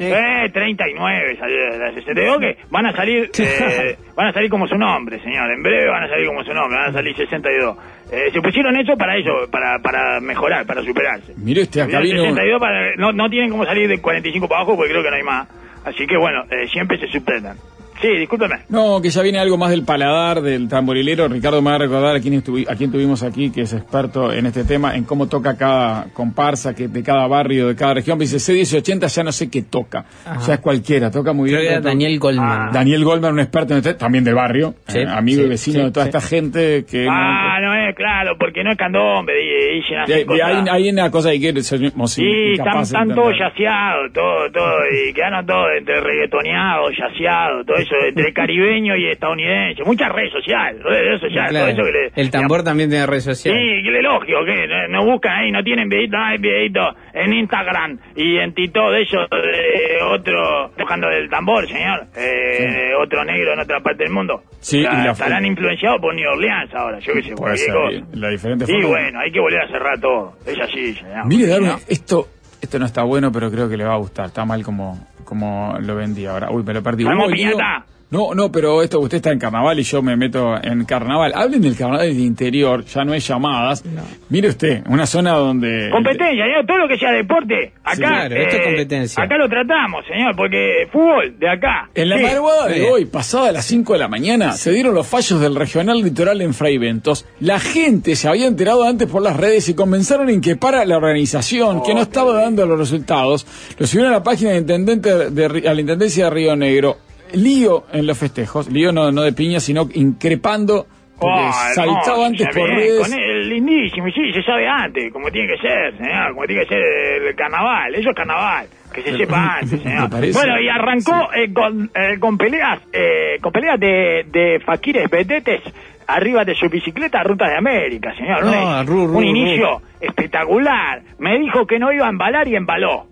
Speaker 2: eh, 39 salió la 62, que van a
Speaker 1: <laughs>
Speaker 2: salir, eh, van a salir como su nombre, señor. En breve van a salir como su nombre, van a salir 62. Eh, se pusieron eso para eso, para, para mejorar, para superarse.
Speaker 1: Mire usted, acá
Speaker 2: Pusieron
Speaker 1: vino-
Speaker 2: 62 para- no, no tienen cómo salir de 45 para abajo porque creo que no hay más. Así que bueno, eh, siempre se superan. Sí, discúlpeme.
Speaker 1: No, que ya viene algo más del paladar del tamborilero. Ricardo me va a recordar a quién, estuvi- a quién tuvimos aquí, que es experto en este tema, en cómo toca cada comparsa que de cada barrio, de cada región. Me dice, C1080 ya no sé qué toca.
Speaker 3: Ajá.
Speaker 1: Ya es cualquiera, toca muy
Speaker 3: Creo que
Speaker 1: bien.
Speaker 3: era
Speaker 1: to-
Speaker 3: Daniel
Speaker 2: Ah,
Speaker 3: Goldman.
Speaker 1: Daniel Goldman, un experto en este, también del barrio,
Speaker 3: Sí,
Speaker 1: eh, amigo
Speaker 3: sí,
Speaker 1: y vecino
Speaker 3: sí,
Speaker 1: de toda
Speaker 3: sí.
Speaker 1: esta gente que... no-
Speaker 2: Ah, no es claro, porque no es candombe, di- dicen
Speaker 1: de-
Speaker 2: así.
Speaker 1: de-
Speaker 2: cosas.
Speaker 1: hay, hay una cosa que seríamos
Speaker 2: Sí, están,
Speaker 1: incapaces de
Speaker 2: están todos
Speaker 1: entender.
Speaker 2: yaceados, todo, todo, y quedaron todos entre reggaetoneados, yaceados, todo eso,
Speaker 1: <laughs>
Speaker 2: entre caribeños y estadounidenses, mucha red social, red social,
Speaker 3: claro.
Speaker 2: todo eso que le...
Speaker 3: El tambor también tiene redes sociales.
Speaker 2: Sí, que le elogio, que no, no buscan ahí, no tienen videitos, hay videitos en Instagram y en Tito de ellos, de otro, tocando del tambor, señor, eh, otro negro en otra parte del mundo.
Speaker 1: Sí, y la-
Speaker 2: estarán influenciados por New Orleans ahora, yo qué sé,
Speaker 1: Puede ser,
Speaker 2: cualquier cosa.
Speaker 1: la diferente
Speaker 2: Y
Speaker 1: forma-
Speaker 2: bueno, hay que volver a cerrar todo, es así, señor.
Speaker 1: Mire, Darwin,
Speaker 2: No.
Speaker 1: esto, esto no está bueno, pero creo que le va a gustar. Está mal como, como lo vendí ahora. Uy, me lo perdí.
Speaker 2: ¡Vamos,
Speaker 1: Hubo venido-
Speaker 2: piñata!
Speaker 1: No, no, pero esto, usted está en carnaval y yo me meto en carnaval. Hablen del carnaval del interior, ya no es llamadas. Mire usted, una zona donde...
Speaker 2: Eh, Competencia, señor, todo lo que sea deporte, acá. eh,
Speaker 3: Sí, claro, esto es competencia.
Speaker 2: Acá lo tratamos, señor, porque fútbol, de acá.
Speaker 1: En la
Speaker 2: Sí.
Speaker 1: madrugada
Speaker 3: Sí.
Speaker 1: de hoy, pasada las 5 de la mañana, se dieron los fallos del regional litoral en Fray Ventos. La gente se había enterado antes por las redes y comenzaron a inquepar a la organización, que no estaba dando los resultados. Lo subieron a la página de intendente de Ri- a la Intendencia de Río Negro. Lío en los festejos, lío no, no de piña, sino increpando, porque
Speaker 2: Oh, hermoso,
Speaker 1: saltaba antes
Speaker 2: ya
Speaker 1: por
Speaker 2: bien,
Speaker 1: redes.
Speaker 2: Con él, lindísimo, y sí, se sabe antes, como tiene que ser, señor, como tiene que ser el carnaval, eso es carnaval, que se
Speaker 1: <laughs>
Speaker 2: sepa antes, señor.
Speaker 1: ¿Te parece?
Speaker 2: Bueno, y arrancó eh, con, eh, con peleas, eh, con peleas de, de faquires, vedetes, arriba de su bicicleta, Rutas de América, señor.
Speaker 3: No,
Speaker 2: un,
Speaker 3: ru, ru,
Speaker 2: un
Speaker 3: ru.
Speaker 2: inicio espectacular. Me dijo que no iba a embalar y embaló.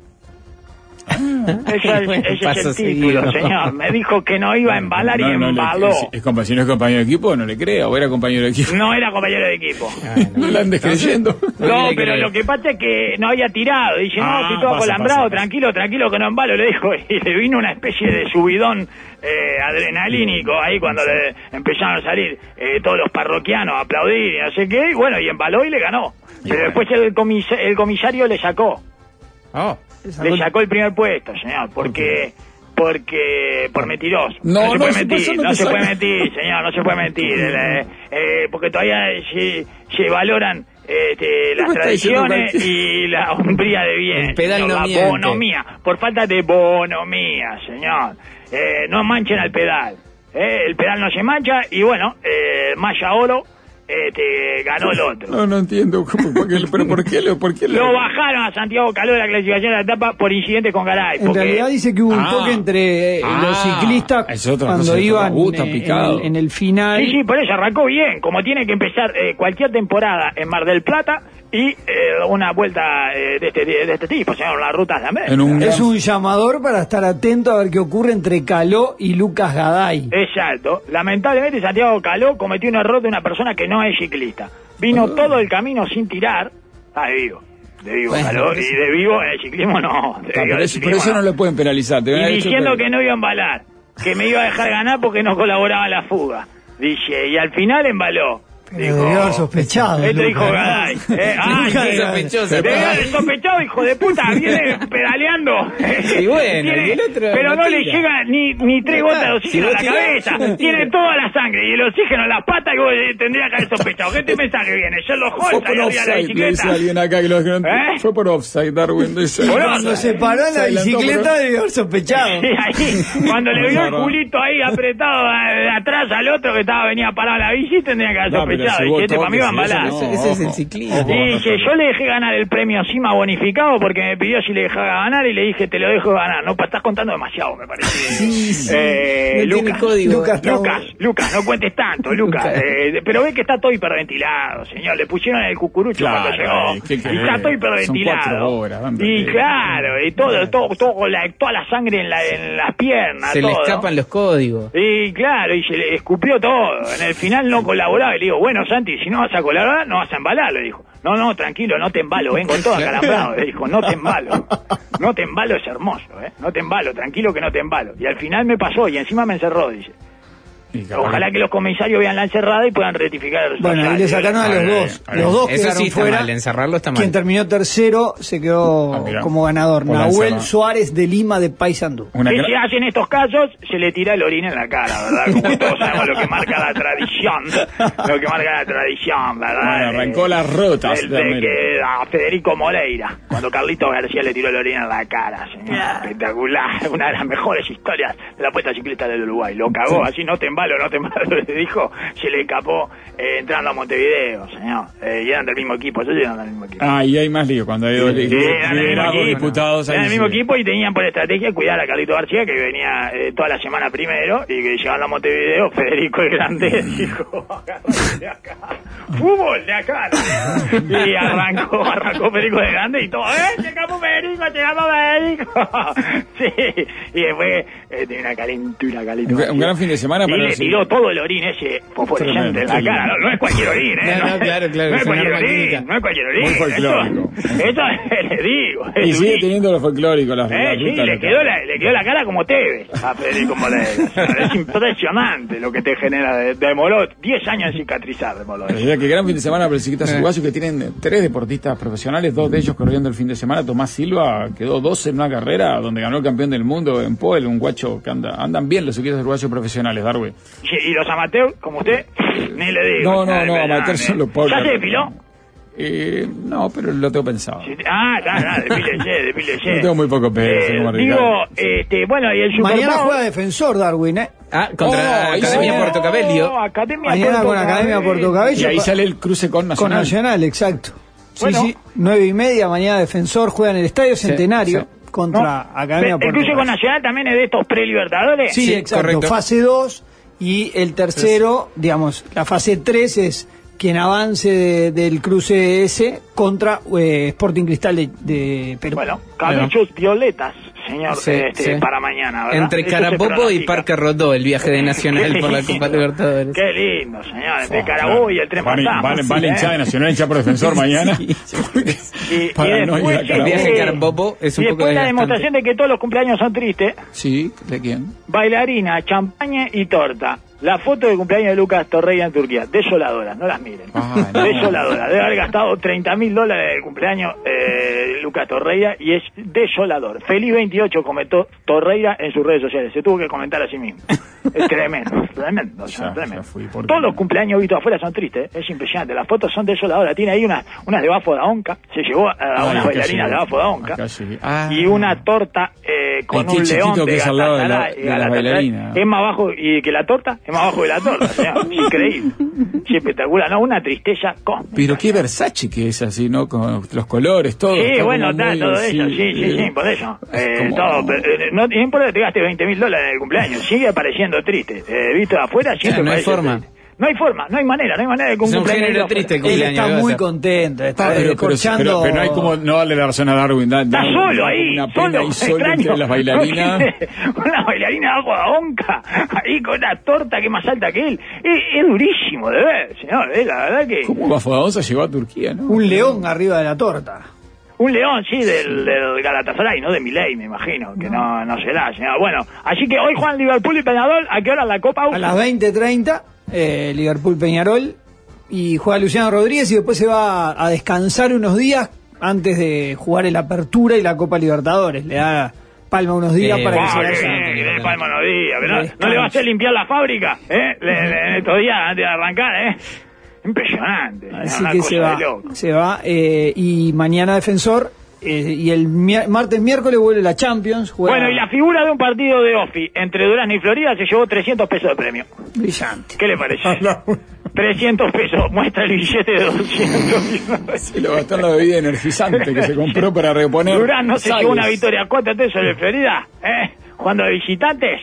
Speaker 3: <laughs>
Speaker 2: Esa
Speaker 1: <laughs>
Speaker 2: es- ese es
Speaker 3: Paso
Speaker 2: el título,
Speaker 3: seguido.
Speaker 2: señor. Me dijo que no iba a embalar y
Speaker 1: No, no, le-
Speaker 2: embaló.
Speaker 1: es- es compa- si no es compañero de equipo, no le crea, o era compañero de equipo.
Speaker 2: No era compañero de equipo.
Speaker 1: <laughs> No la andes creyendo.
Speaker 2: No, pero lo que pasa es que no había tirado. Dice,
Speaker 1: Ah,
Speaker 2: no, si todo
Speaker 1: pasa,
Speaker 2: alambrado,
Speaker 1: pasa, pasa.
Speaker 2: tranquilo, tranquilo, que no embalo, le dijo. <laughs> Y le vino una especie de subidón eh, adrenalínico ahí cuando le empezaron a salir eh, todos los parroquianos a aplaudir y no sé qué. Y bueno, y embaló y le ganó. Pero
Speaker 1: bueno.
Speaker 2: después el, comis- el comisario le sacó.
Speaker 1: Ah.
Speaker 3: Oh.
Speaker 2: Le sacó el primer puesto, señor, porque... Porque por mentiroso.
Speaker 1: No, no,
Speaker 2: se puede
Speaker 1: eso- eso
Speaker 2: mentir,
Speaker 1: no
Speaker 2: no,
Speaker 1: te
Speaker 2: se
Speaker 1: saca.
Speaker 2: puede mentir, señor, no se puede mentir. Eh, eh, porque todavía se, se valoran este,
Speaker 1: ¿Cómo
Speaker 2: las
Speaker 1: está diciendo
Speaker 2: tradiciones y la hombría de bien.
Speaker 3: El pedal
Speaker 2: señor,
Speaker 3: no
Speaker 2: la
Speaker 3: miente.
Speaker 2: bonomía, por falta de bonomía, señor. Eh, no manchen al pedal. eh, el pedal no se mancha y bueno, eh, Maya Oro este, ganó el otro.
Speaker 1: <laughs> No, no entiendo. ¿Cómo? ¿Por qué? ¿Pero por qué? lo- ¿Por qué lo-
Speaker 2: Lo bajaron a Santiago Caló de la clasificación de la etapa por incidentes con Garay.
Speaker 4: En
Speaker 2: porque-
Speaker 4: realidad dice que hubo un
Speaker 1: Ah.
Speaker 4: toque entre eh, los
Speaker 1: Ah, es
Speaker 4: ciclistas
Speaker 1: otra cosa,
Speaker 4: cuando
Speaker 1: le
Speaker 4: iban
Speaker 1: tocó. Uh, está
Speaker 4: eh, en,
Speaker 1: picado.
Speaker 4: el, en el final.
Speaker 2: Sí, sí, por eso arrancó bien, como tiene que empezar eh, cualquier temporada en Mar del Plata y eh, una vuelta eh, de, este, de este tipo, o sea, las rutas de América.
Speaker 1: En un
Speaker 4: Es
Speaker 1: gran-
Speaker 4: un llamador para estar atento a ver qué ocurre entre Caló y Lucas Gaday.
Speaker 2: Eh, Exacto. Lamentablemente Santiago Caló cometió un error de una persona que no es ciclista. Vino
Speaker 1: Ah.
Speaker 2: todo el camino sin tirar. Ah, de vivo. De vivo,
Speaker 3: Bueno,
Speaker 2: Caló.
Speaker 3: pero
Speaker 2: Y
Speaker 3: eso-
Speaker 2: de vivo en el ciclismo no. De
Speaker 1: Ah,
Speaker 2: vivo,
Speaker 1: pero
Speaker 2: en el
Speaker 1: eso, pero
Speaker 2: ciclismo
Speaker 1: eso no lo pueden penalizar. te hubieran
Speaker 2: eh, y
Speaker 1: hecho
Speaker 2: diciendo
Speaker 1: que-
Speaker 2: que no iba a embalar, que me iba a dejar ganar porque no colaboraba la fuga. Dice, y al final embaló.
Speaker 4: Pero debió haber sospechado,
Speaker 3: Ah,
Speaker 2: Esto
Speaker 4: Lucas.
Speaker 2: dijo Gaday. Este Eh,
Speaker 3: <laughs>
Speaker 2: ah,
Speaker 4: Lucas
Speaker 2: sí,
Speaker 3: sospechoso,
Speaker 2: Debió
Speaker 3: Gaday.
Speaker 2: haber sospechado, hijo de puta,
Speaker 3: <laughs>
Speaker 2: viene pedaleando.
Speaker 3: Y bueno, y el otro
Speaker 2: pero
Speaker 3: no
Speaker 2: no le
Speaker 3: tira.
Speaker 2: llega ni, ni tres
Speaker 3: Claro,
Speaker 2: gotas de
Speaker 3: si
Speaker 2: oxígeno
Speaker 3: no
Speaker 2: a la
Speaker 3: tira,
Speaker 2: cabeza.
Speaker 3: no tira.
Speaker 2: Tiene toda la sangre y el oxígeno en las patas y vos eh, tendrías que haber sospechado. ¿Qué te
Speaker 3: <laughs>
Speaker 2: pensás que viene? Sherlock
Speaker 1: Fue
Speaker 2: Holmes
Speaker 1: por
Speaker 2: ahí arriba de la
Speaker 1: offside, le dice
Speaker 2: bicicleta. <laughs>
Speaker 1: alguien acá que lo
Speaker 2: ¿Eh?
Speaker 1: Fue por offside, Darwin. dice.
Speaker 2: Por
Speaker 4: Cuando
Speaker 2: offside.
Speaker 4: se paró en
Speaker 1: Se
Speaker 4: la
Speaker 1: adelantó,
Speaker 4: bicicleta
Speaker 1: pero-
Speaker 4: debió haber sospechado.
Speaker 2: Sí, ahí, cuando
Speaker 3: <laughs>
Speaker 2: le vio el
Speaker 1: Bárbaro.
Speaker 2: culito ahí apretado a- de atrás al otro que estaba venía parado la bici, tendría que
Speaker 1: No,
Speaker 2: haber
Speaker 1: pero si
Speaker 2: sospechado. Y
Speaker 1: vos
Speaker 2: que este para mí va a
Speaker 1: toques,
Speaker 2: embalar.
Speaker 1: eso
Speaker 3: Ese- ese es el
Speaker 1: ojo,
Speaker 3: ciclismo.
Speaker 1: ojo,
Speaker 2: Y
Speaker 1: no,
Speaker 2: dice,
Speaker 1: no.
Speaker 2: yo le dejé ganar el premio Cima bonificado porque me pidió si le dejaba ganar y le dije, te lo dejo ganar. No, pa- estás contando demasiado, me
Speaker 3: <laughs>
Speaker 2: parece. Eh,
Speaker 3: no tiene
Speaker 2: Lucas,
Speaker 3: código.
Speaker 4: Lucas, no.
Speaker 2: Lucas, Lucas, no cuentes tanto, Lucas.
Speaker 3: Lucas.
Speaker 2: Eh, pero ve que está todo hiperventilado, señor. Le pusieron el cucurucho
Speaker 1: Claro,
Speaker 2: cuando llegó.
Speaker 1: eh, ¿qué querés?
Speaker 2: Y está todo
Speaker 1: Son cuatro
Speaker 2: hiperventilado.
Speaker 1: horas, anda,
Speaker 2: y
Speaker 1: que-
Speaker 2: claro, y todo, todo, todo con la, toda la sangre en, la, en las piernas.
Speaker 3: Se le
Speaker 2: todo.
Speaker 3: escapan los códigos.
Speaker 2: Y claro, y se le escupió todo. En el final no colaboraba. Y le digo, bueno, Santi, si no vas a colaborar, no vas a embalar. Le dijo, no, no, tranquilo, no te embalo, ven con todo acalambrado. Le dijo, no te
Speaker 4: <laughs>
Speaker 2: embalo. No te embalo es hermoso, ¿eh? No te embalo, tranquilo que no te embalo. Y al final me pasó y encima me encerró, dice.
Speaker 1: Y capaz-
Speaker 2: Ojalá que los comisarios vean la encerrada y puedan rectificar el resultado. Ah.
Speaker 4: Bueno, y le sacaron a los
Speaker 1: Ay,
Speaker 4: dos.
Speaker 1: ay,
Speaker 4: Los dos
Speaker 3: Eso
Speaker 4: quedaron
Speaker 3: sí está
Speaker 4: fuera.
Speaker 3: mal, encerrarlo está mal.
Speaker 4: Quien terminó tercero se quedó
Speaker 1: Ah, mirá.
Speaker 4: como ganador.
Speaker 1: Por la
Speaker 4: Nahuel
Speaker 1: encerrada.
Speaker 4: Suárez de Lima de Paysandú.
Speaker 1: Una
Speaker 2: ¿Qué
Speaker 1: gran-
Speaker 2: se hace en estos casos? Se le tira el orín en la cara, ¿verdad? Como todos sabemos lo que marca la tradición. Lo que marca la tradición, ¿verdad?
Speaker 1: Bueno, arrancó
Speaker 2: Eh,
Speaker 1: las rotas
Speaker 2: el
Speaker 1: de
Speaker 2: de
Speaker 1: América.
Speaker 2: que a Federico Moreira, cuando Carlito García le tiró el orín en la cara, señor. Espectacular. <laughs> Una de las mejores historias de la puesta ciclista del Uruguay. Lo cagó, así no te embalo, no te embalo, <laughs> le dijo. Se le escapó eh, entrando a Montevideo, señor. Eh, y eran del mismo equipo, ellos eran del mismo equipo.
Speaker 1: Ah, y hay más lío cuando hay dos
Speaker 2: Sí, eran del mismo
Speaker 1: liderados
Speaker 2: equipo.
Speaker 1: diputados. ahí
Speaker 2: Eran del mismo
Speaker 1: sí.
Speaker 2: equipo y tenían por estrategia cuidar a Carlito García, que venía eh, toda la semana primero, y que llegando a Montevideo, Federico el Grande <laughs> dijo, "Agárrate de acá, fútbol de acá. Y arrancó, arrancó Federico el Grande y todo, ¡eh, llegamos Federico, llegamos Federico! <laughs> Sí, y después eh, tenía una calentura, Carlito
Speaker 1: Un gran- un
Speaker 2: García.
Speaker 1: gran fin de semana
Speaker 2: Y
Speaker 1: para
Speaker 2: le
Speaker 1: los-
Speaker 2: tiró todo el orín ese fosforescente en la
Speaker 1: Tremendo.
Speaker 2: cara, no, no es
Speaker 1: <laughs>
Speaker 2: cualquier orín, ¿eh?
Speaker 3: No, no, claro, claro,
Speaker 2: no
Speaker 3: es
Speaker 2: es
Speaker 3: una
Speaker 2: cualquier
Speaker 3: arma
Speaker 2: orín,
Speaker 3: química.
Speaker 2: no es cualquier orín.
Speaker 1: Muy
Speaker 2: Eso-
Speaker 1: folclórico.
Speaker 2: <laughs> Eso le digo.
Speaker 1: Y
Speaker 2: es
Speaker 1: sigue
Speaker 2: durísimo.
Speaker 1: teniendo lo folclórico las
Speaker 2: Eh,
Speaker 1: las
Speaker 2: sí,
Speaker 1: rutas
Speaker 2: le
Speaker 1: locales.
Speaker 2: quedó, la, le quedó la cara como Tevez a Federico Moreira.
Speaker 1: <laughs>
Speaker 2: Es impresionante lo que te genera de, de Molot. 10 años de cicatrizar de Molot.
Speaker 1: Pero ya que gran fin de semana para los ciclistas uruguayos que tienen tres deportistas profesionales, dos de ellos corriendo el fin de semana. Tomás Silva quedó 12 en una carrera donde ganó el campeón del mundo en Poel, un guacho que anda, andan bien los ciclistas uruguayos profesionales, Darwin.
Speaker 2: Y, y los amateurs, como usted, ni le digo.
Speaker 1: No, no, no,
Speaker 2: Impresionante.
Speaker 1: amateurs son los pobres.
Speaker 2: ¿eh? ¿Ya se depiló?
Speaker 1: Eh, no, pero lo tengo pensado.
Speaker 2: Sí, Ah, ya,
Speaker 1: <laughs>
Speaker 2: ya, depílese, depílese.
Speaker 1: Yo tengo muy poco pelo,
Speaker 2: Eh,
Speaker 1: señor
Speaker 2: Digo,
Speaker 1: Ricardo.
Speaker 2: este, bueno, y el Super
Speaker 4: Mañana
Speaker 2: Bowl-
Speaker 4: juega defensor Darwin, ¿eh?
Speaker 3: Ah, contra
Speaker 1: Oh, ahí
Speaker 3: Academia
Speaker 1: sí.
Speaker 3: Puerto
Speaker 2: Oh,
Speaker 3: Cabello.
Speaker 2: Academia
Speaker 4: Mañana
Speaker 2: Puerto
Speaker 4: con Academia
Speaker 2: Cabello.
Speaker 4: Puerto Cabello.
Speaker 1: Y ahí sale el cruce con
Speaker 4: Con
Speaker 1: Nacional.
Speaker 4: Nacional, exacto. Sí,
Speaker 2: Bueno.
Speaker 4: sí, nueve y media, mañana defensor, juega en el Estadio Centenario
Speaker 2: ¿no?
Speaker 4: contra Academia
Speaker 2: Pe- El
Speaker 4: Puerto
Speaker 2: cruce con
Speaker 4: Cabello.
Speaker 2: Nacional también es de estos prelibertadores.
Speaker 4: Sí,
Speaker 3: Sí,
Speaker 4: exacto,
Speaker 3: correcto.
Speaker 4: fase 2 y el tercero, digamos, la fase 3 es quien avance de- del cruce ese contra eh, Sporting Cristal de, de Perú.
Speaker 2: Bueno, cabellos violetas señor,
Speaker 3: Sí,
Speaker 2: este,
Speaker 3: sí.
Speaker 2: para mañana, ¿verdad?
Speaker 3: Entre
Speaker 2: Eso se
Speaker 3: Carapopo y
Speaker 2: pronostica.
Speaker 3: Parque Rodó, el viaje
Speaker 2: <laughs>
Speaker 3: de Nacional por la Copa Libertadores.
Speaker 2: Qué lindo, señores. De
Speaker 1: Oh,
Speaker 2: Carabobo y
Speaker 1: claro.
Speaker 2: el tren
Speaker 1: Van,
Speaker 2: fantasma,
Speaker 1: van, van la
Speaker 2: ¿eh?
Speaker 1: hinchada de Nacional, hinchada por
Speaker 2: <laughs>
Speaker 1: defensor mañana.
Speaker 2: Y, y
Speaker 1: <laughs> Para no ir a
Speaker 2: después,
Speaker 1: Carabobo.
Speaker 2: sí,
Speaker 3: Viaje a
Speaker 2: sí.
Speaker 3: Carabobo es un
Speaker 2: y
Speaker 3: poco
Speaker 2: después la
Speaker 3: desgastante.
Speaker 2: demostración de que todos los cumpleaños son tristes.
Speaker 1: Sí, ¿de quién?
Speaker 2: Bailarina, champaña y torta. La foto del cumpleaños de Lucas Torreira en Turquía. Desoladora, no las miren.
Speaker 1: Ah, no.
Speaker 2: Desoladora. Debe haber gastado 30 mil dólares de cumpleaños eh, Lucas Torreira y es desolador. Feliz 28 comentó Torreira en sus redes sociales. Se tuvo que comentar a sí mismo. Es tremendo, tremendo, o sea,
Speaker 1: Ya, ya
Speaker 2: tremendo.
Speaker 1: fui, ¿por qué
Speaker 2: Todos
Speaker 1: no?
Speaker 2: los cumpleaños vistos afuera son tristes. ¿eh? Es impresionante. Las fotos son desoladoras. Tiene ahí unas, unas de bafo de onca. Se llevó a, a
Speaker 1: Ah,
Speaker 2: unas
Speaker 1: acá
Speaker 2: bailarinas
Speaker 1: llegué.
Speaker 2: de bafo de onca.
Speaker 1: Acá llegué. Ah.
Speaker 2: Y una torta eh, con
Speaker 1: Este
Speaker 2: un
Speaker 1: chiquito
Speaker 2: león de
Speaker 1: que es al lado de la-
Speaker 2: Galatasaray,
Speaker 1: de la
Speaker 2: Galatasaray.
Speaker 1: bailarina.
Speaker 2: Es más bajo y que la torta, es más bajo que la torta.
Speaker 1: <laughs>
Speaker 2: señor. Increíble. Sí, espectacular. No, una tristeza cósmica.
Speaker 1: Pero qué Versace que es así, ¿no? Con los colores, todo.
Speaker 2: Sí,
Speaker 1: está
Speaker 2: bueno,
Speaker 1: como
Speaker 2: está
Speaker 1: muy,
Speaker 2: todo eso, sí, sí, sí,
Speaker 1: eh,
Speaker 2: por eso.
Speaker 1: es
Speaker 2: Eh,
Speaker 1: como-
Speaker 2: todo, pero, eh, no, no importa que te gastes 20 mil dólares en el cumpleaños, sigue apareciendo triste. Eh, visto de afuera, siempre
Speaker 1: Ah,
Speaker 3: Claro, no hay
Speaker 2: parece
Speaker 3: forma.
Speaker 2: triste. No hay forma, no hay manera, no hay manera de que un
Speaker 3: Es un
Speaker 2: cumpleaños
Speaker 3: género
Speaker 2: de afuera.
Speaker 3: triste el
Speaker 4: Él
Speaker 3: cumpleaños.
Speaker 4: está
Speaker 3: ¿qué va a
Speaker 4: muy
Speaker 3: hacer?
Speaker 4: contento,
Speaker 1: Ah,
Speaker 4: está
Speaker 1: pero, pero-
Speaker 4: descorchando.
Speaker 1: pero- pero no hay como no darle la razón a Darwin. da-
Speaker 2: Está
Speaker 1: da-
Speaker 2: solo
Speaker 1: da
Speaker 2: ahí,
Speaker 1: Una pena
Speaker 2: solo,
Speaker 1: ahí solo
Speaker 2: extraño.
Speaker 1: entre las
Speaker 2: <laughs>
Speaker 1: bailarinas.
Speaker 2: una bailarina de agua onca, ahí con una torta que es más alta que él. Es, es durísimo de ver, señor, eh, la verdad que...
Speaker 1: ¿Cómo Bafodaonza llegó a Turquía, no?
Speaker 4: Un león arriba de la torta.
Speaker 2: Un león, sí, del, del Galatasaray, no de Milei, me imagino, que no, no será, señor. Bueno, así que hoy Juan Liverpool y Peñarol, ¿a qué hora la Copa?
Speaker 4: A las 20.30, eh, Liverpool Peñarol. Y juega Luciano Rodríguez y después se va a descansar unos días antes de jugar el Apertura y la Copa Libertadores. Le da palma unos días
Speaker 3: Eh,
Speaker 4: para que
Speaker 2: Wow,
Speaker 4: se
Speaker 2: qué
Speaker 4: vaya.
Speaker 2: bien, que le dé palma unos días, que no,
Speaker 4: Descanso.
Speaker 2: no le va a hacer limpiar la fábrica, ¿eh? Le- le- en estos días antes de arrancar, ¿eh? Impresionante.
Speaker 4: Así
Speaker 2: una
Speaker 4: que
Speaker 2: cosa
Speaker 4: se
Speaker 2: de
Speaker 4: va,
Speaker 2: loco.
Speaker 4: se va eh, y mañana defensor eh, y el mi- martes miércoles vuelve la Champions. Juega
Speaker 2: Bueno, y la figura de un partido de Ofi entre Durán y Florida se llevó 300 pesos de premio.
Speaker 4: brillante.
Speaker 2: ¿Qué le
Speaker 1: Ah,
Speaker 2: parece? 300 pesos, muestra el billete de 200.
Speaker 1: Se <laughs> lo gastó en la bebida energizante que se compró para reponer.
Speaker 2: Durán no se
Speaker 1: sales.
Speaker 2: llevó una victoria. ¿Cuánto te sobre Florida? ¿Eh? Jugando de visitantes.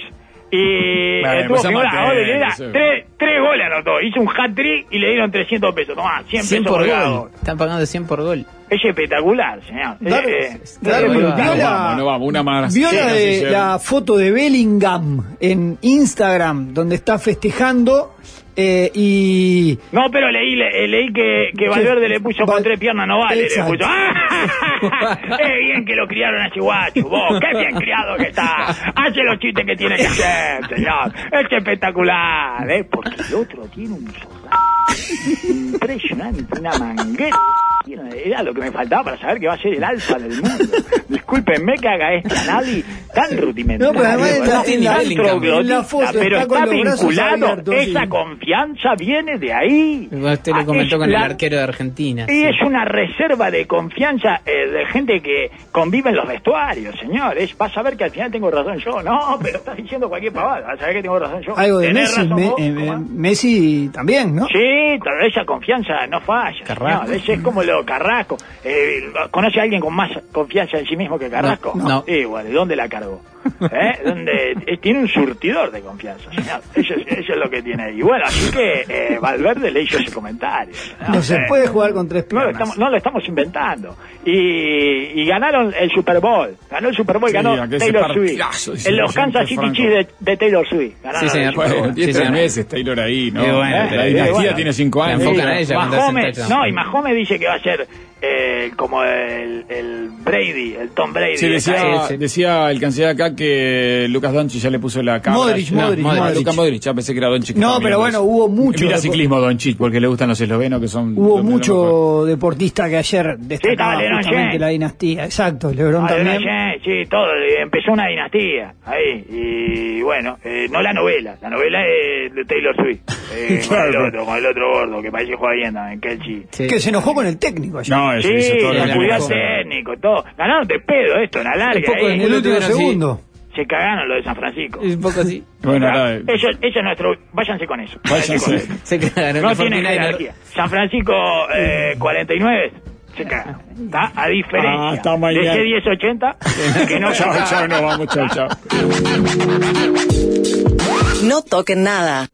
Speaker 2: Y
Speaker 1: Bueno,
Speaker 2: estuvo
Speaker 1: empezamos
Speaker 2: figura,
Speaker 1: a
Speaker 2: gol de
Speaker 1: tener,
Speaker 2: Leda.
Speaker 1: sí.
Speaker 2: tres, tres goles anotó. Hizo un hat-trick y le dieron 300 pesos. Tomá, 100 pesos
Speaker 3: 100
Speaker 2: por
Speaker 3: por
Speaker 2: cada
Speaker 3: gol.
Speaker 2: gol.
Speaker 3: Están pagando 100 por gol.
Speaker 2: Es espectacular, señor. Eh,
Speaker 4: Darwin-
Speaker 2: eh,
Speaker 4: Darwin,
Speaker 2: es
Speaker 1: No
Speaker 2: brutal.
Speaker 4: vio la-
Speaker 1: vamos, no vamos, una más.
Speaker 4: Vio
Speaker 1: Ah, Sí,
Speaker 4: la,
Speaker 1: no
Speaker 4: de-
Speaker 1: sé si-
Speaker 4: la foto de Bellingham en Instagram, donde está festejando eh, y...
Speaker 2: No, pero leí, le- eh, leí que, que Valverde le puso con
Speaker 4: Val-
Speaker 2: tres piernas, no vale.
Speaker 4: Exacto.
Speaker 2: Le puso, ¡Ah! <laughs> ¡Qué bien que lo criaron a Chihuachu! ¡Vos, qué bien criado que está! Hace los chistes que tiene que hacer, señor. Es espectacular, ¿eh? Porque el otro tiene un zorrazo impresionante, una manguera. Era lo que me faltaba para saber que va a ser el alfa del mundo. Discúlpenme que haga este análisis tan rudimentario.
Speaker 4: No, pero además está-
Speaker 2: ¿verdad?
Speaker 3: en la-
Speaker 2: Tan
Speaker 3: en la
Speaker 2: troglodita,
Speaker 4: foto está
Speaker 2: pero
Speaker 4: con
Speaker 2: está
Speaker 4: los brazos
Speaker 2: vinculado.
Speaker 4: abiertos,
Speaker 2: Esa
Speaker 4: sí.
Speaker 2: confianza viene de ahí.
Speaker 3: Usted
Speaker 2: Ah,
Speaker 3: lo comentó
Speaker 2: es
Speaker 3: con el
Speaker 2: la-
Speaker 3: arquero de Argentina.
Speaker 2: y es una reserva de confianza eh, de gente que convive en los vestuarios, señores. Vas a ver que al final tengo razón yo. No, pero estás diciendo cualquier pavada. Vas a ver que tengo razón yo.
Speaker 4: Algo de
Speaker 2: Tenés
Speaker 4: Messi,
Speaker 2: razón
Speaker 4: Me-
Speaker 2: vos,
Speaker 4: eh,
Speaker 2: ¿cómo?
Speaker 4: Messi también, ¿no?
Speaker 2: Sí, pero esa confianza no falla.
Speaker 3: Carrasco.
Speaker 2: señor. Ese es como lo Carrasco. Eh, ¿Conoce a alguien con más confianza en sí mismo que Carrasco?
Speaker 3: No, no.
Speaker 2: Sí, bueno, ¿y ¿dónde la cargó? ¿Eh? ¿Dónde? eh, tiene un surtidor de confianza, señor. Eso es, eso es lo que tiene ahí. Bueno, así que eh, Valverde le hizo ese comentario.
Speaker 4: No se
Speaker 2: Eh,
Speaker 4: puede jugar con tres
Speaker 2: no lo,
Speaker 4: piernas.
Speaker 2: estamos, no lo estamos inventando. Y, y ganaron el Super Bowl. Ganó el Super Bowl,
Speaker 1: Sí,
Speaker 2: ganó
Speaker 1: aquel
Speaker 2: Taylor Swift.
Speaker 1: partidazo, dice
Speaker 2: En los
Speaker 1: Vicente
Speaker 2: Kansas City
Speaker 1: Franco.
Speaker 2: Chiefs de, de Taylor Swift. Ganaron
Speaker 3: Sí,
Speaker 2: el
Speaker 3: señor.
Speaker 2: Super Bowl.
Speaker 1: Bueno,
Speaker 3: Sí,
Speaker 1: tiene tres
Speaker 3: señor.
Speaker 1: meses Taylor ahí, ¿no?
Speaker 3: Qué bueno,
Speaker 1: la
Speaker 3: Taylor.
Speaker 1: dinastía
Speaker 2: Eh, bueno.
Speaker 1: tiene cinco
Speaker 3: La
Speaker 1: años.
Speaker 3: enfocan a ella cuando
Speaker 2: Mahomes-
Speaker 3: hacen touchdown.
Speaker 2: no, y Mahomes dice que va a ser eh, como el, el Brady, el Tom Brady.
Speaker 1: Sí, decía,
Speaker 3: Sí,
Speaker 2: eh.
Speaker 3: sí.
Speaker 1: decía el canciller acá que Lucas Doncic ya le puso la cámara.
Speaker 4: Modric,
Speaker 1: No,
Speaker 4: Modric,
Speaker 1: ah,
Speaker 4: Modric.
Speaker 1: Lucas Modric, ya pensé que era Doncic. que
Speaker 4: No,
Speaker 1: estaba
Speaker 4: pero
Speaker 1: mirando
Speaker 4: bueno,
Speaker 1: eso.
Speaker 4: hubo mucho-
Speaker 1: Mira ciclismo Doncic, porque le gustan los eslovenos que son...
Speaker 4: Hubo
Speaker 1: los-
Speaker 4: mucho deportista que ayer destacaba
Speaker 2: estaba Lebron
Speaker 4: justamente
Speaker 2: James.
Speaker 4: la dinastía. Exacto, Lebron
Speaker 2: Ah, de
Speaker 4: también.
Speaker 2: Bryan, sí, todo, eh, empezó una dinastía ahí. Y bueno, eh, no la novela, la novela es de Taylor Swift. eh, con, el
Speaker 1: Claro.
Speaker 2: otro, con el otro gordo, que parece que juega bien también, Kelchi.
Speaker 3: Sí.
Speaker 4: Que se enojó con el técnico ayer.
Speaker 1: No, eso
Speaker 2: Sí,
Speaker 1: hizo todo
Speaker 2: la
Speaker 1: lo que
Speaker 2: cuidó
Speaker 1: le-
Speaker 2: al técnico, todo. Ganaron de pedo esto, en la
Speaker 4: Un
Speaker 2: larga.
Speaker 4: poco
Speaker 2: ahí.
Speaker 4: en el último
Speaker 3: Bueno, sí.
Speaker 4: segundo.
Speaker 2: Se cagaron los de San Francisco.
Speaker 3: Un
Speaker 2: <laughs>
Speaker 3: poco así.
Speaker 1: Bueno, ahora...
Speaker 2: Eso, eso es nuestro... Váyanse con eso.
Speaker 1: Váyanse.
Speaker 2: con eso.
Speaker 3: Se quedaron
Speaker 2: No
Speaker 3: los
Speaker 2: tiene
Speaker 3: 49ers.
Speaker 2: jerarquía. San Francisco eh, 49 se caga. Está a diferencia
Speaker 1: Ah, está
Speaker 2: de
Speaker 1: mañana.
Speaker 2: ese 1080
Speaker 1: <laughs>
Speaker 2: que no
Speaker 1: chao,
Speaker 2: caga.
Speaker 1: chao, no, vamos, chao, chao.
Speaker 5: No toquen nada.